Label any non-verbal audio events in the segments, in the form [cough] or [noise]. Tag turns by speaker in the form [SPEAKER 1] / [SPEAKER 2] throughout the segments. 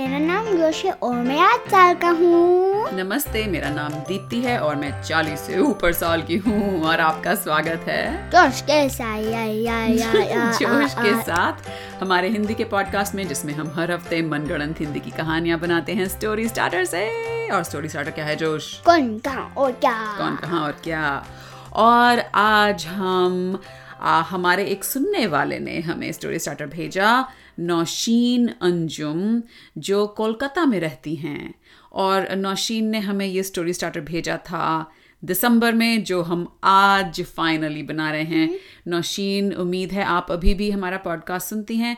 [SPEAKER 1] दो से और मैं आठ साल का हूँ
[SPEAKER 2] नमस्ते मेरा नाम दीप्ति है और मैं 40 से ऊपर साल की हूँ और आपका स्वागत है
[SPEAKER 1] जोश के साथ या या या
[SPEAKER 2] [laughs]
[SPEAKER 1] या
[SPEAKER 2] जोश
[SPEAKER 1] आ,
[SPEAKER 2] के
[SPEAKER 1] आ,
[SPEAKER 2] साथ हमारे हिंदी के पॉडकास्ट में जिसमें हम हर हफ्ते मनगढ़ंत हिंदी की कहानियां बनाते हैं स्टोरी स्टार्टर से और स्टोरी स्टार्टर क्या है जोश
[SPEAKER 1] कौन कहाँ और क्या
[SPEAKER 2] कौन कहाँ और क्या और आज हम आ, हमारे एक सुनने वाले ने हमें स्टोरी स्टार्टर भेजा नौशीन अंजुम जो कोलकाता में रहती हैं और नौशीन ने हमें ये स्टोरी स्टार्टर भेजा था दिसंबर में जो हम आज फाइनली बना रहे हैं नौशीन उम्मीद है आप अभी भी हमारा पॉडकास्ट सुनती हैं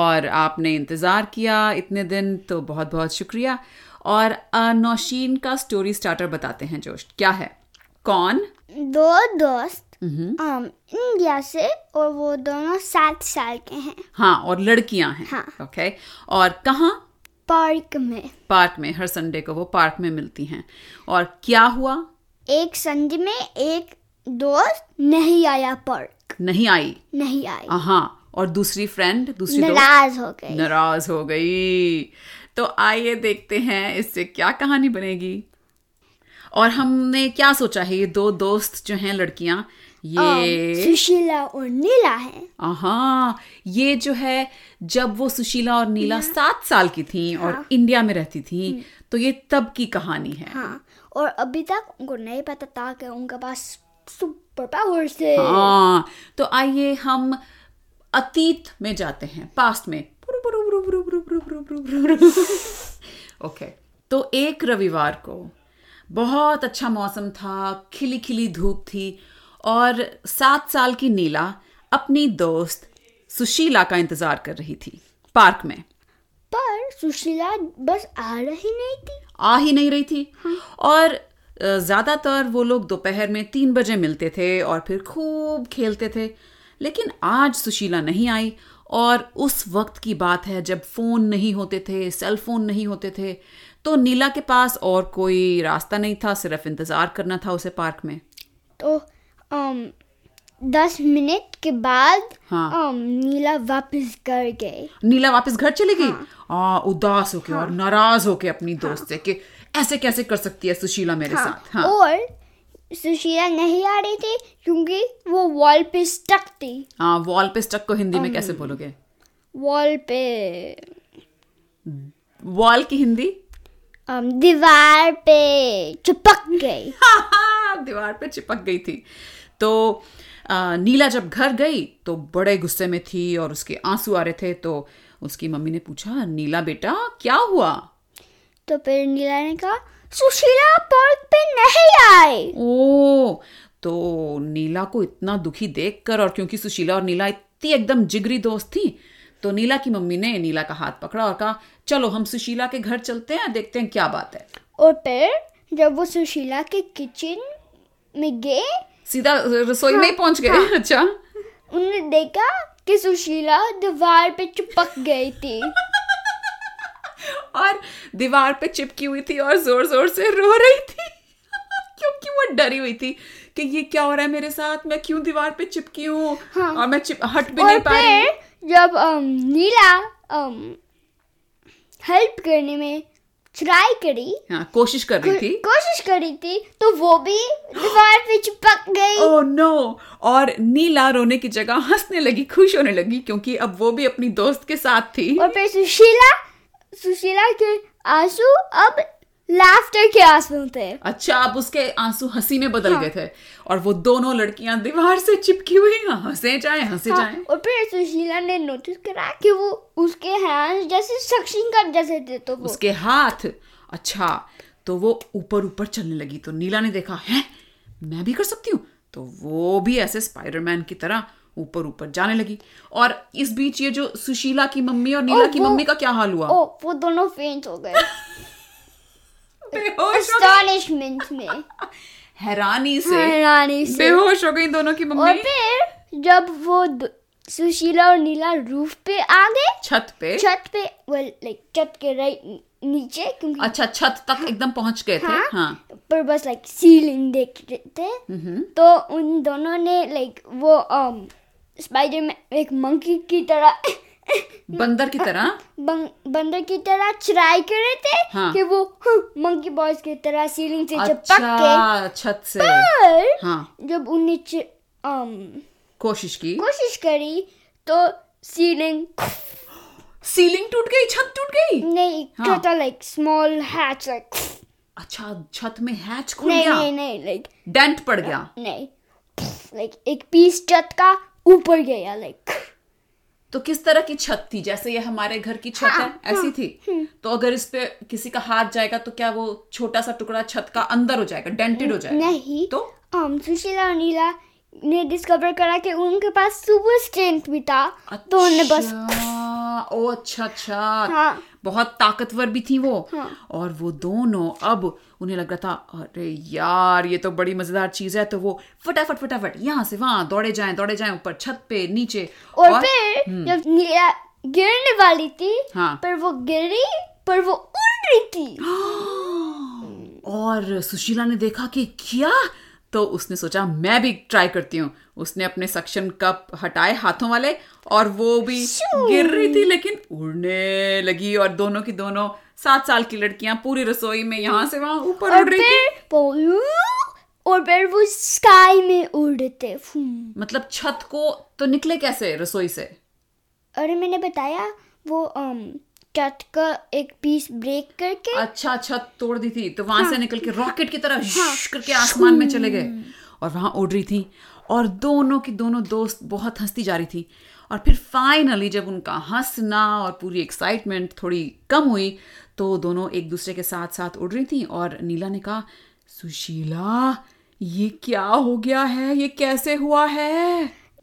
[SPEAKER 2] और आपने इंतज़ार किया इतने दिन तो बहुत बहुत शुक्रिया और अ, नौशीन का स्टोरी स्टार्टर बताते हैं जोश क्या है कौन
[SPEAKER 1] दो दोस्त
[SPEAKER 2] हम्म।
[SPEAKER 1] um, इंडिया से और वो दोनों सात साल के हैं
[SPEAKER 2] हाँ और लड़कियां हैं
[SPEAKER 1] हाँ।
[SPEAKER 2] ओके और कहाँ
[SPEAKER 1] पार्क में
[SPEAKER 2] पार्क में हर संडे को वो पार्क में मिलती हैं और क्या हुआ
[SPEAKER 1] एक संडे में एक दोस्त नहीं आया पार्क
[SPEAKER 2] नहीं आई
[SPEAKER 1] नहीं आई
[SPEAKER 2] हाँ और दूसरी फ्रेंड दूसरी दोस्त
[SPEAKER 1] नाराज हो गई
[SPEAKER 2] नाराज हो गई तो आइए देखते हैं इससे क्या कहानी बनेगी और हमने क्या सोचा है ये दो दोस्त जो हैं लड़कियां
[SPEAKER 1] Um,
[SPEAKER 2] ये
[SPEAKER 1] सुशीला और नीला है
[SPEAKER 2] हाँ ये जो है जब वो सुशीला और नीला सात साल की थी और इंडिया में रहती थी
[SPEAKER 1] हम्म।
[SPEAKER 2] तो ये तब की कहानी है
[SPEAKER 1] हाँ और अभी तक उनको नहीं पता था कि उनके पास सुपर पावर्स है
[SPEAKER 2] हाँ तो आइए हम अतीत में जाते हैं पास्ट में ओके तो एक रविवार को बहुत अच्छा मौसम था खिली खिली धूप थी और सात साल की नीला अपनी दोस्त सुशीला का इंतजार कर रही थी पार्क में
[SPEAKER 1] पर सुशीला बस आ रही नहीं थी
[SPEAKER 2] आ ही नहीं रही थी और अ, ज्यादातर वो लोग दोपहर में तीन बजे मिलते थे और फिर खूब खेलते थे लेकिन आज सुशीला नहीं आई और उस वक्त की बात है जब फोन नहीं होते थे सेल फोन नहीं होते थे तो नीला के पास और कोई रास्ता नहीं था सिर्फ इंतजार करना था उसे पार्क में
[SPEAKER 1] तो अम, दस मिनट के बाद
[SPEAKER 2] हाँ।
[SPEAKER 1] अम, नीला वापस घर गई
[SPEAKER 2] नीला वापस घर चली गई हाँ। उदास होके और नाराज होके अपनी दोस्त से कि ऐसे कैसे कर सकती है सुशीला मेरे साथ हाँ
[SPEAKER 1] और सुशीला नहीं आ रही थी क्योंकि वो वॉल पे स्टक थी
[SPEAKER 2] हाँ वॉल पे स्टक को हिंदी में कैसे बोलोगे
[SPEAKER 1] वॉल पे
[SPEAKER 2] वॉल की हिंदी
[SPEAKER 1] अम, um, दीवार पे चिपक गई
[SPEAKER 2] हाँ। [laughs] दीवार पे चिपक गई थी तो अ, नीला जब घर गई तो बड़े गुस्से में थी और उसके आंसू आ रहे थे तो उसकी मम्मी ने पूछा नीला बेटा क्या हुआ
[SPEAKER 1] तो फिर नीला ने कहा सुशीला पार्क पे नहीं आई
[SPEAKER 2] ओ तो नीला को इतना दुखी देखकर और क्योंकि सुशीला और नीला इतनी एकदम जिगरी दोस्त थी तो नीला की मम्मी ने नीला का हाथ पकड़ा और कहा चलो हम सुशीला के घर चलते हैं देखते हैं क्या बात है
[SPEAKER 1] और फिर जब वो सुशीला के किचन में गए
[SPEAKER 2] सीधा रसोई में ही पहुंच गए [laughs] अच्छा
[SPEAKER 1] उन्होंने देखा कि सुशीला दीवार पे चिपक गई
[SPEAKER 2] [laughs]
[SPEAKER 1] थी
[SPEAKER 2] और दीवार पे चिपकी हुई थी और जोर जोर से रो रही थी [laughs] क्योंकि वो डरी हुई थी कि ये क्या हो रहा है मेरे साथ मैं क्यों दीवार पे चिपकी हूँ
[SPEAKER 1] हाँ।
[SPEAKER 2] और मैं चिप हट भी
[SPEAKER 1] और
[SPEAKER 2] नहीं पा रही
[SPEAKER 1] फिर जब अम, नीला हेल्प करने में ट्राई करी
[SPEAKER 2] हाँ कोशिश कर रही थी
[SPEAKER 1] कोशिश करी थी तो वो भी दीवार पे चिपक गई
[SPEAKER 2] ओह नो Oh और नीला रोने की जगह हंसने लगी खुश होने लगी क्योंकि अब वो भी अपनी दोस्त के साथ थी
[SPEAKER 1] और फिर सुशीला सुशीला के आंसू अब लाफ्टर के आंसू थे
[SPEAKER 2] अच्छा अब उसके आंसू हंसी में
[SPEAKER 1] हाँ।
[SPEAKER 2] बदल गए थे और वो दोनों लड़कियां दीवार से चिपकी हुई हाँ, हंसे जाए हंसे
[SPEAKER 1] हाँ,
[SPEAKER 2] जाए
[SPEAKER 1] और फिर सुशीला ने नोटिस करा कि वो उसके हैंड्स जैसे सक्शन कर जैसे थे तो वो
[SPEAKER 2] उसके हाथ अच्छा तो वो ऊपर ऊपर चलने लगी तो नीला ने देखा है मैं भी कर सकती हूँ तो वो भी ऐसे स्पाइडरमैन की तरह ऊपर ऊपर जाने लगी और इस बीच ये जो सुशीला की मम्मी और नीला
[SPEAKER 1] ओ,
[SPEAKER 2] की
[SPEAKER 1] वो-
[SPEAKER 2] मम्मी का क्या हाल हुआ
[SPEAKER 1] ओ वो दोनों फेंट हो गए
[SPEAKER 2] बेहोश हो
[SPEAKER 1] एस्टॉनिशमेंट में
[SPEAKER 2] गई। हैरानी से
[SPEAKER 1] हाँ, हैरानी से
[SPEAKER 2] बेहोश हो गई दोनों की
[SPEAKER 1] और
[SPEAKER 2] मम्मी
[SPEAKER 1] फिर जब वो दो- सुशीला और नीला रूफ पे आ गए
[SPEAKER 2] छत पे
[SPEAKER 1] छत पे वेल लाइक छत के राइट नीचे क्योंकि
[SPEAKER 2] अच्छा छत तक एकदम पहुंच गए थे
[SPEAKER 1] हाँ,
[SPEAKER 2] हाँ
[SPEAKER 1] पर बस लाइक सीलिंग देख रहे थे तो उन um, दोनों ने लाइक वो स्पाइडर में एक मंकी की तरह
[SPEAKER 2] बंदर
[SPEAKER 1] हाँ,
[SPEAKER 2] की तरह
[SPEAKER 1] बं- बंदर की तरह ट्राई कर रहे थे
[SPEAKER 2] हाँ।
[SPEAKER 1] कि वो मंकी बॉयज की तरह सीलिंग से चिपक के
[SPEAKER 2] अच्छा छत से
[SPEAKER 1] पर
[SPEAKER 2] हाँ
[SPEAKER 1] जब उन्हें um, चि- अम,
[SPEAKER 2] कोशिश की
[SPEAKER 1] कोशिश करी तो सीलिंग
[SPEAKER 2] सीलिंग टूट गई छत टूट गई
[SPEAKER 1] नहीं तो
[SPEAKER 2] हाँ।
[SPEAKER 1] छोटा लाइक स्मॉल हैच लाइक
[SPEAKER 2] अच्छा छत में हैच खुल
[SPEAKER 1] नहीं
[SPEAKER 2] गया
[SPEAKER 1] नहीं नहीं लाइक
[SPEAKER 2] डेंट पड़ गया
[SPEAKER 1] नहीं लाइक एक पीस छत का ऊपर गया लाइक
[SPEAKER 2] तो किस तरह की छत थी जैसे ये हमारे घर की छत
[SPEAKER 1] हाँ,
[SPEAKER 2] है ऐसी थी तो अगर इस पे किसी का हाथ जाएगा तो क्या वो छोटा सा टुकड़ा छत का अंदर हो जाएगा डेंटेड हो जाएगा
[SPEAKER 1] नहीं
[SPEAKER 2] तो
[SPEAKER 1] हम सुशीला और नीला ने डिस्कवर करा कि उनके पास सुपर स्ट्रेंथ भी था तो उन्होंने बस
[SPEAKER 2] अच्छा, ओ अच्छा अच्छा
[SPEAKER 1] हाँ।
[SPEAKER 2] बहुत ताकतवर भी थी वो और वो दोनों अब उन्हें लग रहा था अरे यार ये तो बड़ी मजेदार चीज है तो वो फटाफट फटाफट यहाँ से वहां दौड़े जाएं दौड़े जाएं ऊपर छत पे नीचे
[SPEAKER 1] और, फिर जब नीला गिरने वाली थी
[SPEAKER 2] हम्म। हाँ।
[SPEAKER 1] पर वो गिरी पर वो उड़ रही थी
[SPEAKER 2] और सुशीला ने देखा कि क्या तो उसने सोचा मैं भी ट्राई करती हूँ उसने अपने सक्शन कप हटाए हाथों वाले और वो भी गिर रही थी लेकिन उड़ने लगी और दोनों की दोनों सात साल की लड़कियां पूरी रसोई में यहाँ से वहां ऊपर [gasps] उड़
[SPEAKER 1] और
[SPEAKER 2] रही थी
[SPEAKER 1] फिर वो और फिर वो स्काई में उड़ते फूम।
[SPEAKER 2] मतलब छत को तो निकले कैसे रसोई से
[SPEAKER 1] अरे मैंने बताया वो अम छत का एक पीस ब्रेक करके
[SPEAKER 2] अच्छा छत तोड़ दी थी तो वहां से निकल के रॉकेट की तरह श करके आसमान में चले गए और वहां उड़ रही थी और दोनों की दोनों दोस्त बहुत हंसती जा रही थी और फिर फाइनली जब उनका हंसना और पूरी एक्साइटमेंट थोड़ी कम हुई तो दोनों एक दूसरे के साथ साथ उड़ रही थी और नीला ने कहा सुशीला ये क्या हो गया है ये कैसे हुआ है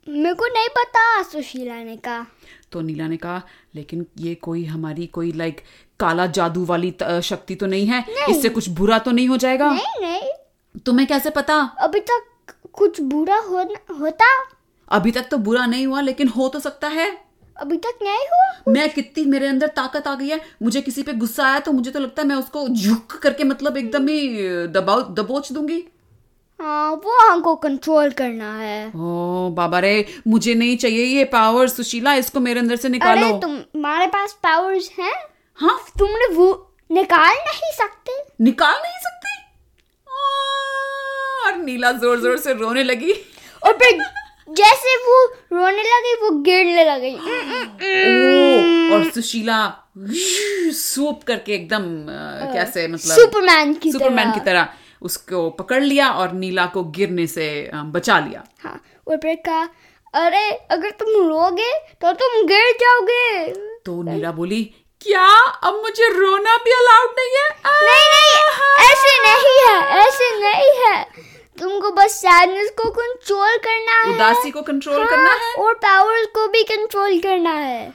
[SPEAKER 1] मेरे को नहीं पता सुशीला ने कहा
[SPEAKER 2] तो नीला ने कहा लेकिन ये कोई हमारी कोई लाइक काला जादू वाली त- अ, शक्ति तो नहीं है इससे कुछ बुरा तो नहीं हो जाएगा
[SPEAKER 1] नहीं नहीं
[SPEAKER 2] तुम्हें कैसे पता
[SPEAKER 1] अभी तक कुछ बुरा हो होता
[SPEAKER 2] अभी तक तो बुरा नहीं हुआ लेकिन हो तो सकता है
[SPEAKER 1] अभी तक नहीं हुआ
[SPEAKER 2] मैं कितनी मेरे अंदर ताकत आ गई है मुझे किसी पे गुस्सा आया तो मुझे तो लगता है मैं उसको झुक करके मतलब एकदम ही अ, दबाव दबोच दूंगी
[SPEAKER 1] हाँ वो हमको कंट्रोल करना है
[SPEAKER 2] ओ बाबा रे मुझे नहीं चाहिए ये पावर सुशीला इसको मेरे अंदर से निकालो
[SPEAKER 1] अरे तुम्हारे पास पावर्स हैं
[SPEAKER 2] हाँ
[SPEAKER 1] तुमने वो निकाल नहीं सकते
[SPEAKER 2] निकाल नहीं सकती और नीला जोर जोर से रोने लगी
[SPEAKER 1] और फिर जैसे वो रोने लगी वो गिरने लगी
[SPEAKER 2] ओ, और सुशीला सूप करके एकदम अ, कैसे मतलब
[SPEAKER 1] सुपरमैन की
[SPEAKER 2] सुपरमैन की
[SPEAKER 1] तरह
[SPEAKER 2] तरह उसको पकड़ लिया और नीला को गिरने से अ, बचा लिया
[SPEAKER 1] हाँ और फिर कहा अरे अगर तुम रोगे तो तुम गिर जाओगे
[SPEAKER 2] तो नीला बोली क्या अब मुझे रोना भी अलाउड नहीं है आ,
[SPEAKER 1] नहीं नहीं ऐसे नहीं है ऐसे नहीं है तुमको बस सैडनेस को कंट्रोल करना है
[SPEAKER 2] उदासी को कंट्रोल
[SPEAKER 1] हाँ,
[SPEAKER 2] करना है
[SPEAKER 1] और पावर्स को भी कंट्रोल करना है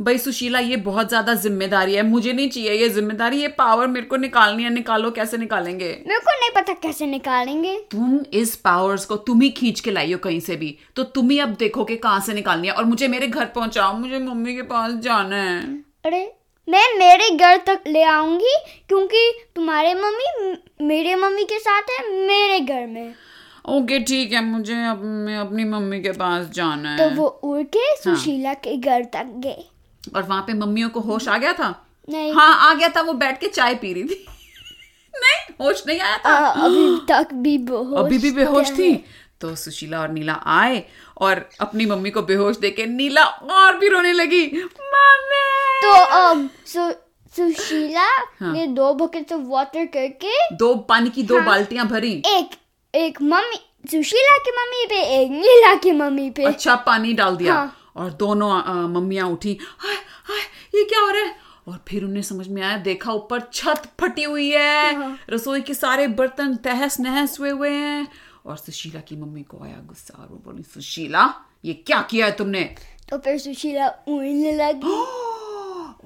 [SPEAKER 2] भाई सुशीला ये बहुत ज्यादा जिम्मेदारी है मुझे नहीं चाहिए ये जिम्मेदारी ये पावर मेरे को निकालनी है निकालो कैसे निकालेंगे
[SPEAKER 1] मेरे को नहीं पता कैसे निकालेंगे
[SPEAKER 2] तुम इस पावर्स को तुम ही खींच के लाइयो कहीं से भी तो तुम ही अब देखो कि कहाँ से निकालनी है और मुझे मेरे घर पहुंचाओ मुझे मम्मी के पास जाना है
[SPEAKER 1] अरे मैं मेरे घर तक ले आऊंगी क्योंकि तुम्हारे मम्मी म- मेरे मम्मी के साथ है मेरे घर में
[SPEAKER 2] ओके ठीक है मुझे अब मैं अपनी मम्मी के पास जाना
[SPEAKER 1] तो
[SPEAKER 2] है
[SPEAKER 1] वो उड़
[SPEAKER 2] हाँ।
[SPEAKER 1] के सुशीला के घर तक गए
[SPEAKER 2] और वहां पे मम्मियों को होश आ गया था
[SPEAKER 1] हम्म। नहीं
[SPEAKER 2] हाँ आ गया था वो बैठ के चाय पी रही थी [laughs] नहीं होश नहीं आया [gasps] था
[SPEAKER 1] आ, अभी तक भी बेहोश
[SPEAKER 2] अभी भी बेहोश
[SPEAKER 1] है।
[SPEAKER 2] थी तो सुशीला और नीला आए और अपनी मम्मी को बेहोश देके नीला और भी रोने लगी मम्मी
[SPEAKER 1] तो अम, सु, सुशीला
[SPEAKER 2] हाँ।
[SPEAKER 1] ने दो बकेट ऑफ वाटर करके
[SPEAKER 2] दो पानी की
[SPEAKER 1] हाँ।
[SPEAKER 2] दो बाल्टियां भरी
[SPEAKER 1] एक एक मम्मी सुशीला की मम्मी पे एक नीला की मम्मी पे
[SPEAKER 2] अच्छा पानी डाल दिया
[SPEAKER 1] हाँ।
[SPEAKER 2] और दोनों अ, मम्मियाँ उठी हाय हाय ये क्या हो रहा है और फिर उन्हें समझ में आया देखा ऊपर छत फटी हुई है
[SPEAKER 1] हाँ।
[SPEAKER 2] रसोई के सारे बर्तन तहस नहस हुए हुए हैं और सुशीला की मम्मी को आया गुस्सा और वो बोली सुशीला ये क्या किया है तुमने
[SPEAKER 1] तो फिर सुशीला उड़ने
[SPEAKER 2] [gasps]
[SPEAKER 1] लगी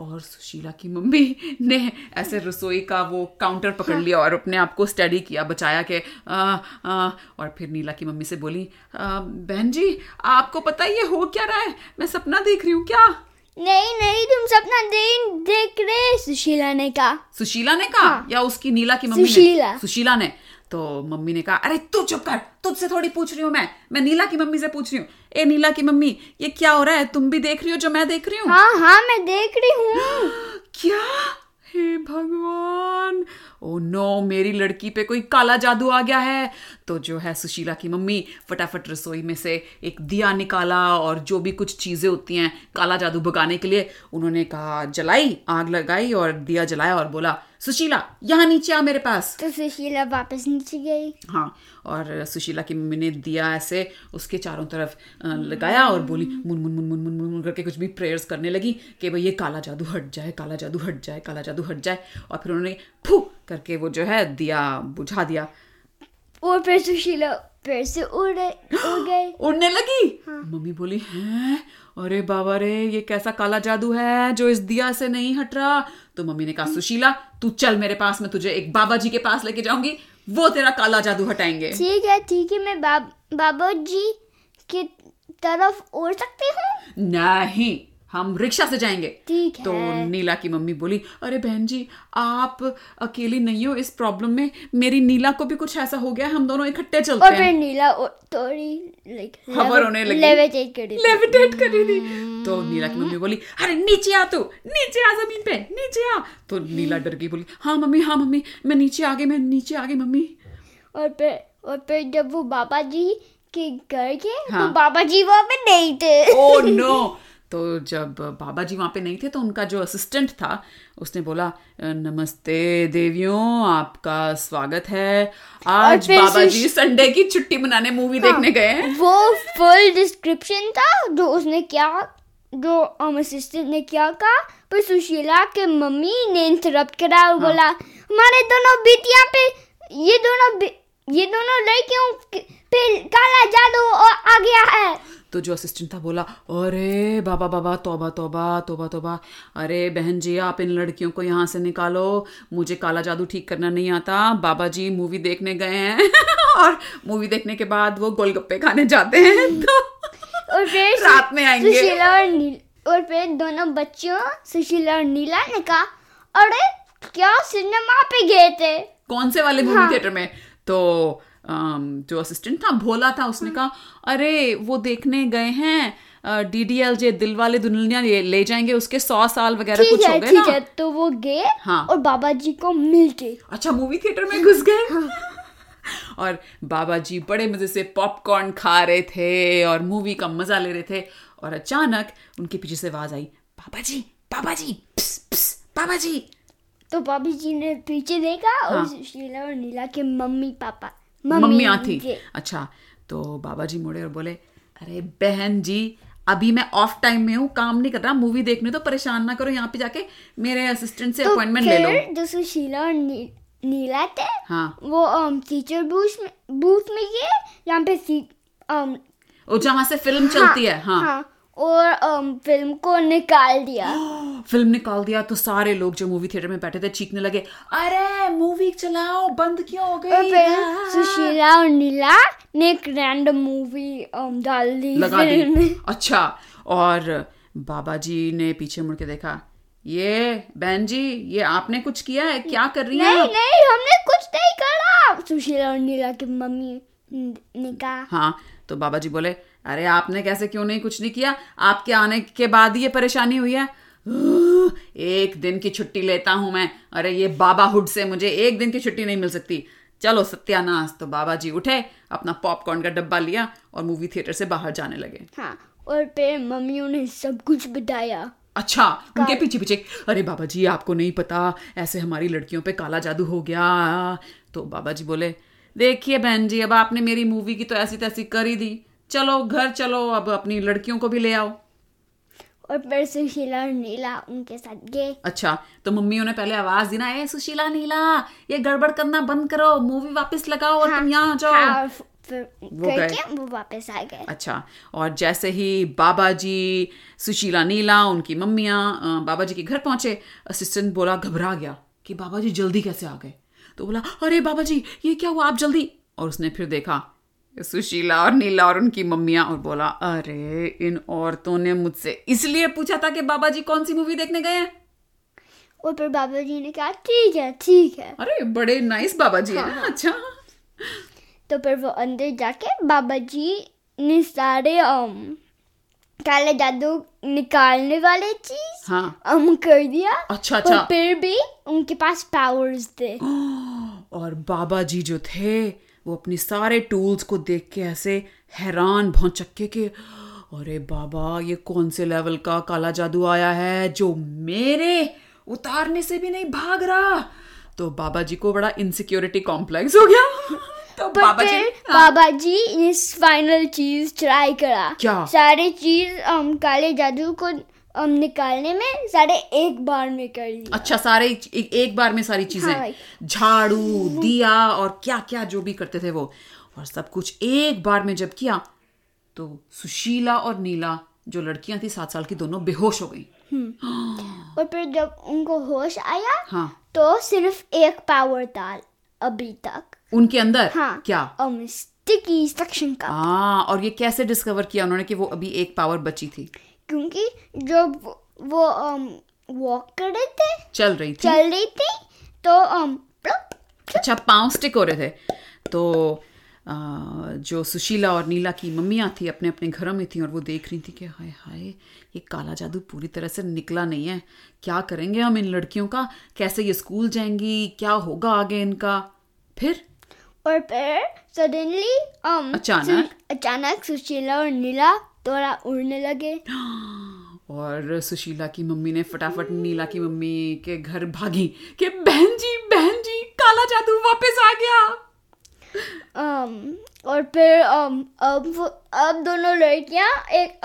[SPEAKER 2] और सुशीला की मम्मी ने ऐसे रसोई का वो काउंटर पकड़ लिया और अपने आप को स्टडी किया बचाया के आ, आ, और फिर नीला की मम्मी से बोली "आ, बहन जी आपको पता है ये हो क्या रहा है मैं सपना देख रही हूँ क्या
[SPEAKER 1] नहीं नहीं तुम सपना देख देख रहे सुशीला ने कहा
[SPEAKER 2] सुशीला ने कहा या उसकी नीला की मम्मी ने
[SPEAKER 1] सुशीला।
[SPEAKER 2] सुशीला ने तो मम्मी ने कहा अरे तू चुप कर तुझसे थोड़ी पूछ रही हूँ मैं मैं नीला की मम्मी से पूछ रही हूँ ए नीला की मम्मी ये क्या हो रहा है तुम भी देख रही हो जो मैं देख रही हूँ
[SPEAKER 1] हाँ हाँ मैं देख रही
[SPEAKER 2] [gasps]
[SPEAKER 1] हूँ
[SPEAKER 2] क्या हे भगवान ओ नो मेरी लड़की पे कोई काला जादू आ गया है तो जो है सुशीला की मम्मी फटाफट रसोई में से एक दिया निकाला और जो भी कुछ चीज़ें होती हैं काला जादू भगाने के लिए उन्होंने कहा जलाई आग लगाई और दिया जलाया और बोला सुशीला यहाँ नीचे आ मेरे पास
[SPEAKER 1] तो सुशीला वापस नीचे गई
[SPEAKER 2] हाँ और सुशीला की मम्मी ने दिया ऐसे उसके चारों तरफ अ, लगाया और बोली मुन मुन मुन मुन मुन मुन मुन करके कुछ भी प्रेयर्स करने लगी कि भाई ये काला जादू हट जाए काला जादू हट जाए काला जादू हट जाए और फिर उन्होंने फू करके वो जो है दिया बुझा दिया
[SPEAKER 1] और फिर सुशीला फिर से उड़
[SPEAKER 2] [gasps]
[SPEAKER 1] उड़ गई
[SPEAKER 2] उड़ने लगी मम्मी बोली हैं अरे बाबा रे ये कैसा काला जादू है जो इस दिया से नहीं हट रहा तो मम्मी ने कहा सुशीला तू चल मेरे पास मैं तुझे एक बाबा जी के पास लेके जाऊंगी वो तेरा काला जादू हटाएंगे
[SPEAKER 1] ठीक है ठीक है मैं बाब, बाबा जी की तरफ उड़ सकती हूँ
[SPEAKER 2] नहीं हम रिक्शा से जाएंगे
[SPEAKER 1] ठीक
[SPEAKER 2] तो
[SPEAKER 1] है।
[SPEAKER 2] नीला की मम्मी बोली अरे बहन जी आप अकेली नहीं हो इस प्रॉब्लम में मेरी नीला को भी कुछ ऐसा हो गया है, हम दोनों इकट्ठे चलते
[SPEAKER 1] और फिर
[SPEAKER 2] हैं
[SPEAKER 1] नीला उड़- थोड़ी लाइक
[SPEAKER 2] खबर होने लगी।
[SPEAKER 1] लेविटेट करी हम्म।
[SPEAKER 2] लेविटेट करी थी तो नीला की मम्मी बोली अरे नीचे आ तू नीचे आ जमीन पे नीचे आ तो नीला डर गई बोली हाँ मम्मी हाँ मम्मी मैं नीचे आ गई मैं नीचे आ गई मम्मी
[SPEAKER 1] और फिर और फिर जब वो बाबा जी के घर गए
[SPEAKER 2] हाँ।
[SPEAKER 1] तो बाबा जी वहाँ पे नहीं थे [laughs]
[SPEAKER 2] ओ नो Oh, तो जब बाबा जी वहाँ पे नहीं थे तो उनका जो असिस्टेंट था उसने बोला नमस्ते देवियों आपका स्वागत है आज
[SPEAKER 1] फिर
[SPEAKER 2] बाबा
[SPEAKER 1] से- हाँ।
[SPEAKER 2] जी संडे की छुट्टी मनाने मूवी देखने गए हैं
[SPEAKER 1] वो फुल डिस्क्रिप्शन था जो उसने क्या जो असिस्टेंट ने क्या कहा पर सुशीला के मम्मी ने इंटरप्ट करा
[SPEAKER 2] हाँ।
[SPEAKER 1] और बोला हमारे दोनों बेटियां पे ये दोनों बे- ये दोनों लड़कियों के- पे काला जादू और आ गया है
[SPEAKER 2] तो जो असिस्टेंट था बोला अरे बाबा बाबा तौबा तौबा तौबा तौबा अरे बहन जी आप इन लड़कियों को यहाँ से निकालो मुझे काला जादू ठीक करना नहीं आता बाबा जी मूवी देखने गए हैं [laughs] और मूवी देखने के बाद वो गोलगप्पे खाने जाते हैं [laughs] तो
[SPEAKER 1] और फिर
[SPEAKER 2] रात में आएंगे।
[SPEAKER 1] सुशीला और नील और फिर दोनों बच्चों सुशीला और नीला ने कहा अरे क्या सिनेमा पे गए थे
[SPEAKER 2] कौन से वाले
[SPEAKER 1] हाँ।
[SPEAKER 2] मूवी थिएटर में तो अम, जो असिस्टेंट था भोला था
[SPEAKER 1] हाँ।
[SPEAKER 2] उसने कहा अरे वो देखने गए हैं डी डी एल जे दिल वाले दुनिया ले, ले जाएंगे उसके सौ साल वगैरह
[SPEAKER 1] ठीक
[SPEAKER 2] कुछ
[SPEAKER 1] है
[SPEAKER 2] हो गए
[SPEAKER 1] ठीक है
[SPEAKER 2] ना
[SPEAKER 1] तो वो गए
[SPEAKER 2] हाँ।
[SPEAKER 1] और बाबा जी को मिल गए
[SPEAKER 2] अच्छा मूवी थिएटर में घुस गए
[SPEAKER 1] हाँ।
[SPEAKER 2] [laughs] और बाबा जी बड़े मजे से पॉपकॉर्न खा रहे थे और मूवी का मजा ले रहे थे और अचानक उनके पीछे से आवाज आई बाबा जी बाबा जी प्स, प्स, बाबा जी
[SPEAKER 1] तो बाबी जी ने पीछे देखा
[SPEAKER 2] हाँ।
[SPEAKER 1] और शीला और नीला के मम्मी पापा
[SPEAKER 2] मम्मी आती
[SPEAKER 1] गए।
[SPEAKER 2] अच्छा तो बाबा जी मुड़े और बोले अरे बहन जी अभी मैं ऑफ टाइम में हूँ काम नहीं कर रहा मूवी देखने तो परेशान ना करो यहाँ पे जाके मेरे असिस्टेंट से
[SPEAKER 1] तो
[SPEAKER 2] अपॉइंटमेंट ले लो
[SPEAKER 1] फिर जो सुशीला और नी, नीला थे
[SPEAKER 2] हाँ
[SPEAKER 1] वो टीचर बूथ में बूथ में गए जहाँ पे सी, अम,
[SPEAKER 2] और जहाँ से फिल्म चलती है हाँ
[SPEAKER 1] और अम, फिल्म को निकाल
[SPEAKER 2] [gasps]
[SPEAKER 1] दिया
[SPEAKER 2] फिल्म निकाल दिया तो सारे लोग जो मूवी थिएटर में बैठे थे चीखने लगे अरे मूवी चलाओ बंद क्यों हो
[SPEAKER 1] और
[SPEAKER 2] गई हाँ,
[SPEAKER 1] फिर सुशीला और नीला ने एक रैंडम मूवी अम, डाल दी
[SPEAKER 2] लगा
[SPEAKER 1] फिल्म
[SPEAKER 2] दी
[SPEAKER 1] में।
[SPEAKER 2] अच्छा और बाबा जी ने पीछे मुड़ के देखा ये बहन जी ये आपने कुछ किया है क्या कर रही
[SPEAKER 1] नहीं
[SPEAKER 2] हैं आप?"
[SPEAKER 1] नहीं हमने कुछ नहीं करा सुशीला और नीला की मम्मी ने कहा
[SPEAKER 2] हाँ तो बाबा जी बोले अरे आपने कैसे क्यों नहीं कुछ नहीं किया आपके आने के बाद ही ये परेशानी हुई है "उह, एक दिन की छुट्टी लेता हूं मैं अरे ये बाबाहुड से मुझे एक दिन की छुट्टी नहीं मिल सकती चलो सत्यानाश तो बाबा जी उठे अपना पॉपकॉर्न का डब्बा लिया और मूवी थिएटर से बाहर जाने लगे
[SPEAKER 1] हाँ और फिर मम्मी उन्हें सब कुछ बताया
[SPEAKER 2] अच्छा उनके पीछे पीछे अरे बाबा जी आपको नहीं पता ऐसे हमारी लड़कियों पे काला जादू हो गया तो बाबा जी बोले देखिए बहन जी अब आपने मेरी मूवी की तो ऐसी तैसी कर ही दी चलो घर चलो अब अपनी लड़कियों को भी ले आओ
[SPEAKER 1] और फिर सुशीला और नीला उनके साथ गए
[SPEAKER 2] अच्छा तो मम्मी उन्हें पहले आवाज दी ना ए सुशीला नीला ये गड़बड़ करना बंद करो मूवी वापस लगाओ और तुम यहाँ आ जाओ
[SPEAKER 1] हाँ, और फिर
[SPEAKER 2] वो
[SPEAKER 1] करके वो वापस आ गए
[SPEAKER 2] अच्छा और जैसे ही बाबा जी सुशीला नीला उनकी मम्मियाँ अ, बाबा जी के घर पहुंचे असिस्टेंट बोला घबरा गया कि बाबा जी जल्दी कैसे आ गए तो बोला अरे बाबा जी ये क्या हुआ आप जल्दी और उसने फिर देखा सुशीला और नीला और उनकी मम्मियाँ और बोला अरे इन औरतों ने मुझसे इसलिए पूछा था कि बाबा जी कौन सी मूवी देखने गए हैं
[SPEAKER 1] और फिर बाबा जी ने कहा ठीक है ठीक है
[SPEAKER 2] अरे बड़े नाइस बाबा जी हैं अच्छा
[SPEAKER 1] तो फिर वो अंदर जाके बाबा जी ने सारे um, काले जादू निकालने वाले चीज
[SPEAKER 2] हाँ
[SPEAKER 1] um, कर दिया
[SPEAKER 2] अच्छा
[SPEAKER 1] पर
[SPEAKER 2] अच्छा
[SPEAKER 1] फिर भी उनके पास पावर्स थे
[SPEAKER 2] और बाबा जी जो थे वो अपने सारे टूल्स को देख के ऐसे हैरान भौचक्के के अरे बाबा ये कौन से लेवल का काला जादू आया है जो मेरे उतारने से भी नहीं भाग रहा तो बाबा जी को बड़ा इनसिक्योरिटी कॉम्प्लेक्स हो गया [laughs] तो
[SPEAKER 1] पर
[SPEAKER 2] बाबा जी
[SPEAKER 1] फिर
[SPEAKER 2] हाँ,
[SPEAKER 1] बाबा जी ने फाइनल चीज ट्राई करा
[SPEAKER 2] क्या?
[SPEAKER 1] सारे चीज um, काले जादू को um, निकालने में सारे एक बार में कर दिया
[SPEAKER 2] अच्छा सारे एक, एक बार में सारी
[SPEAKER 1] हाँ।
[SPEAKER 2] चीजें झाड़ू दिया और क्या क्या जो भी करते थे वो और सब कुछ एक बार में जब किया तो सुशीला और नीला जो लड़कियां थी सात साल की दोनों बेहोश हो गई
[SPEAKER 1] और फिर जब उनको होश आया
[SPEAKER 2] हाँ
[SPEAKER 1] तो सिर्फ एक पावर था अभी तक
[SPEAKER 2] उनके अंदर
[SPEAKER 1] हाँ
[SPEAKER 2] क्या
[SPEAKER 1] um, sticky suction का
[SPEAKER 2] हाँ और ये कैसे डिस्कवर किया उन्होंने कि वो अभी एक पावर बची थी
[SPEAKER 1] क्योंकि जब वो वॉक कर रहे थे
[SPEAKER 2] चल रही थी
[SPEAKER 1] चल रही थी तो um, प्लप,
[SPEAKER 2] अच्छा पाँव स्टिक हो रहे थे तो अ, जो सुशीला और नीला की मम्मियाँ थी अपने अपने घरों में थी और वो देख रही थी कि हाय हाय ये काला जादू पूरी तरह से निकला नहीं है क्या करेंगे हम इन लड़कियों का कैसे ये स्कूल जाएंगी क्या होगा आगे इनका फिर
[SPEAKER 1] और फिर सडनली um,
[SPEAKER 2] अचानक?
[SPEAKER 1] सु- अचानक सुशीला और नीला थोड़ा उड़ने
[SPEAKER 2] [gasps]
[SPEAKER 1] लगे
[SPEAKER 2] और सुशीला की मम्मी ने फटाफट नीला की मम्मी के घर भागी कि बहन जी बहन जी काला जादू वापस आ गया
[SPEAKER 1] um, और फिर um, अब वो- अब दोनों लड़कियां एक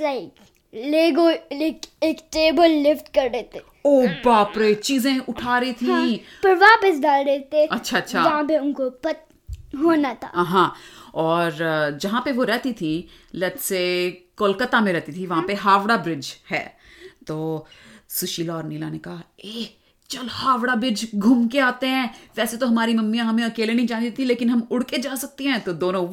[SPEAKER 1] लाइक लेगो एक, एक टेबल लिफ्ट कर रहे थे
[SPEAKER 2] ओ बाप रे चीजें उठा रही थी
[SPEAKER 1] पर वापस डाल रहे थे
[SPEAKER 2] अच्छा, अच्छा।
[SPEAKER 1] जहाँ पे उनको पत होना था
[SPEAKER 2] हाँ और अ, जहाँ पे वो रहती थी लेट्स से कोलकाता में रहती थी वहाँ पे हावड़ा ब्रिज है तो सुशीला और नीला ने कहा ए चल हावड़ा ब्रिज घूम के आते हैं वैसे तो हमारी मम्मियाँ हमें अकेले नहीं जाने देती लेकिन हम उड़ के जा सकती हैं तो दोनों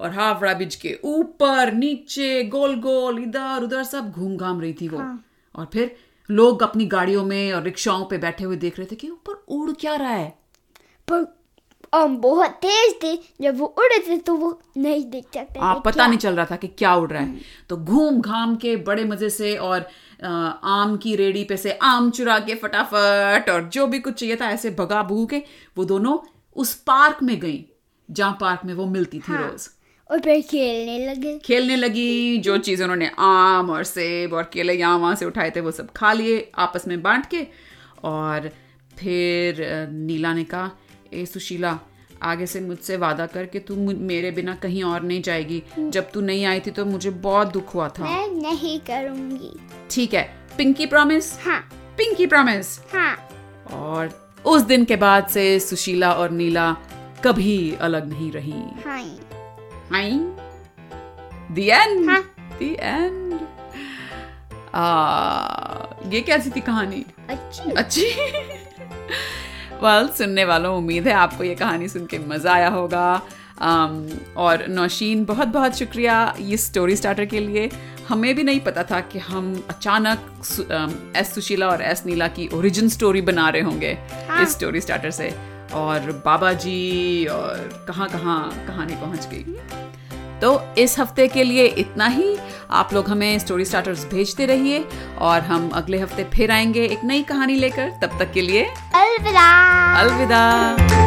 [SPEAKER 2] और हावड़ा ब्रिज के ऊपर नीचे गोल गोल इधर उधर सब घूम घाम रही थी वो और फिर लोग अपनी गाड़ियों में और रिक्शाओं पे बैठे हुए देख रहे थे कि ऊपर उड़ क्या रहा है
[SPEAKER 1] पर हम बहुत तेज थे जब वो उड़ रहे थे तो वो नहीं देख सकते
[SPEAKER 2] आप
[SPEAKER 1] थे
[SPEAKER 2] पता
[SPEAKER 1] क्या-
[SPEAKER 2] नहीं चल रहा था कि क्या उड़ रहा है तो घूम घाम के बड़े मजे से और अ, आम की रेडी पे से आम चुरा के फटाफट और जो भी कुछ चाहिए था ऐसे भगा भू के वो दोनों उस पार्क में गई जहाँ पार्क में वो मिलती थी रोज
[SPEAKER 1] और फिर खेलने लगे
[SPEAKER 2] खेलने लगी जो चीज़ उन्होंने आम और सेब और केले यहाँ वहाँ से उठाए थे वो सब खा लिए आपस में बांट के और फिर अ, नीला ने कहा ए सुशीला आगे से मुझसे वादा कर कि तू मु- मेरे बिना कहीं और नहीं जाएगी जब तू नहीं आई थी तो मुझे बहुत दुख हुआ था
[SPEAKER 1] मैं नहीं करूंगी
[SPEAKER 2] ठीक है पिंकी प्रॉमिस
[SPEAKER 1] हाँ
[SPEAKER 2] पिंकी प्रॉमिस
[SPEAKER 1] हाँ
[SPEAKER 2] और उस दिन के बाद से सुशीला और नीला कभी अलग नहीं रही
[SPEAKER 1] हाँ
[SPEAKER 2] Hi. The end.
[SPEAKER 1] हाँ।
[SPEAKER 2] The end. आ, ये कैसी थी कहानी
[SPEAKER 1] अच्छी
[SPEAKER 2] अच्छी well, सुनने वालों उम्मीद है आपको ये कहानी सुन के मज़ा आया होगा um, और नौशीन बहुत बहुत शुक्रिया ये स्टोरी स्टार्टर के लिए हमें भी नहीं पता था कि हम अचानक सु- um, एस सुशीला और एस नीला की ओरिजिन स्टोरी बना रहे होंगे
[SPEAKER 1] हाँ।
[SPEAKER 2] इस स्टोरी स्टार्टर से और बाबा जी और कहाँ कहाँ कहानी पहुँच गई तो इस हफ्ते के लिए इतना ही आप लोग हमें स्टोरी स्टार्टर्स भेजते रहिए और हम अगले हफ्ते फिर आएंगे एक नई कहानी लेकर तब तक के लिए
[SPEAKER 1] अलविदा
[SPEAKER 2] अलविदा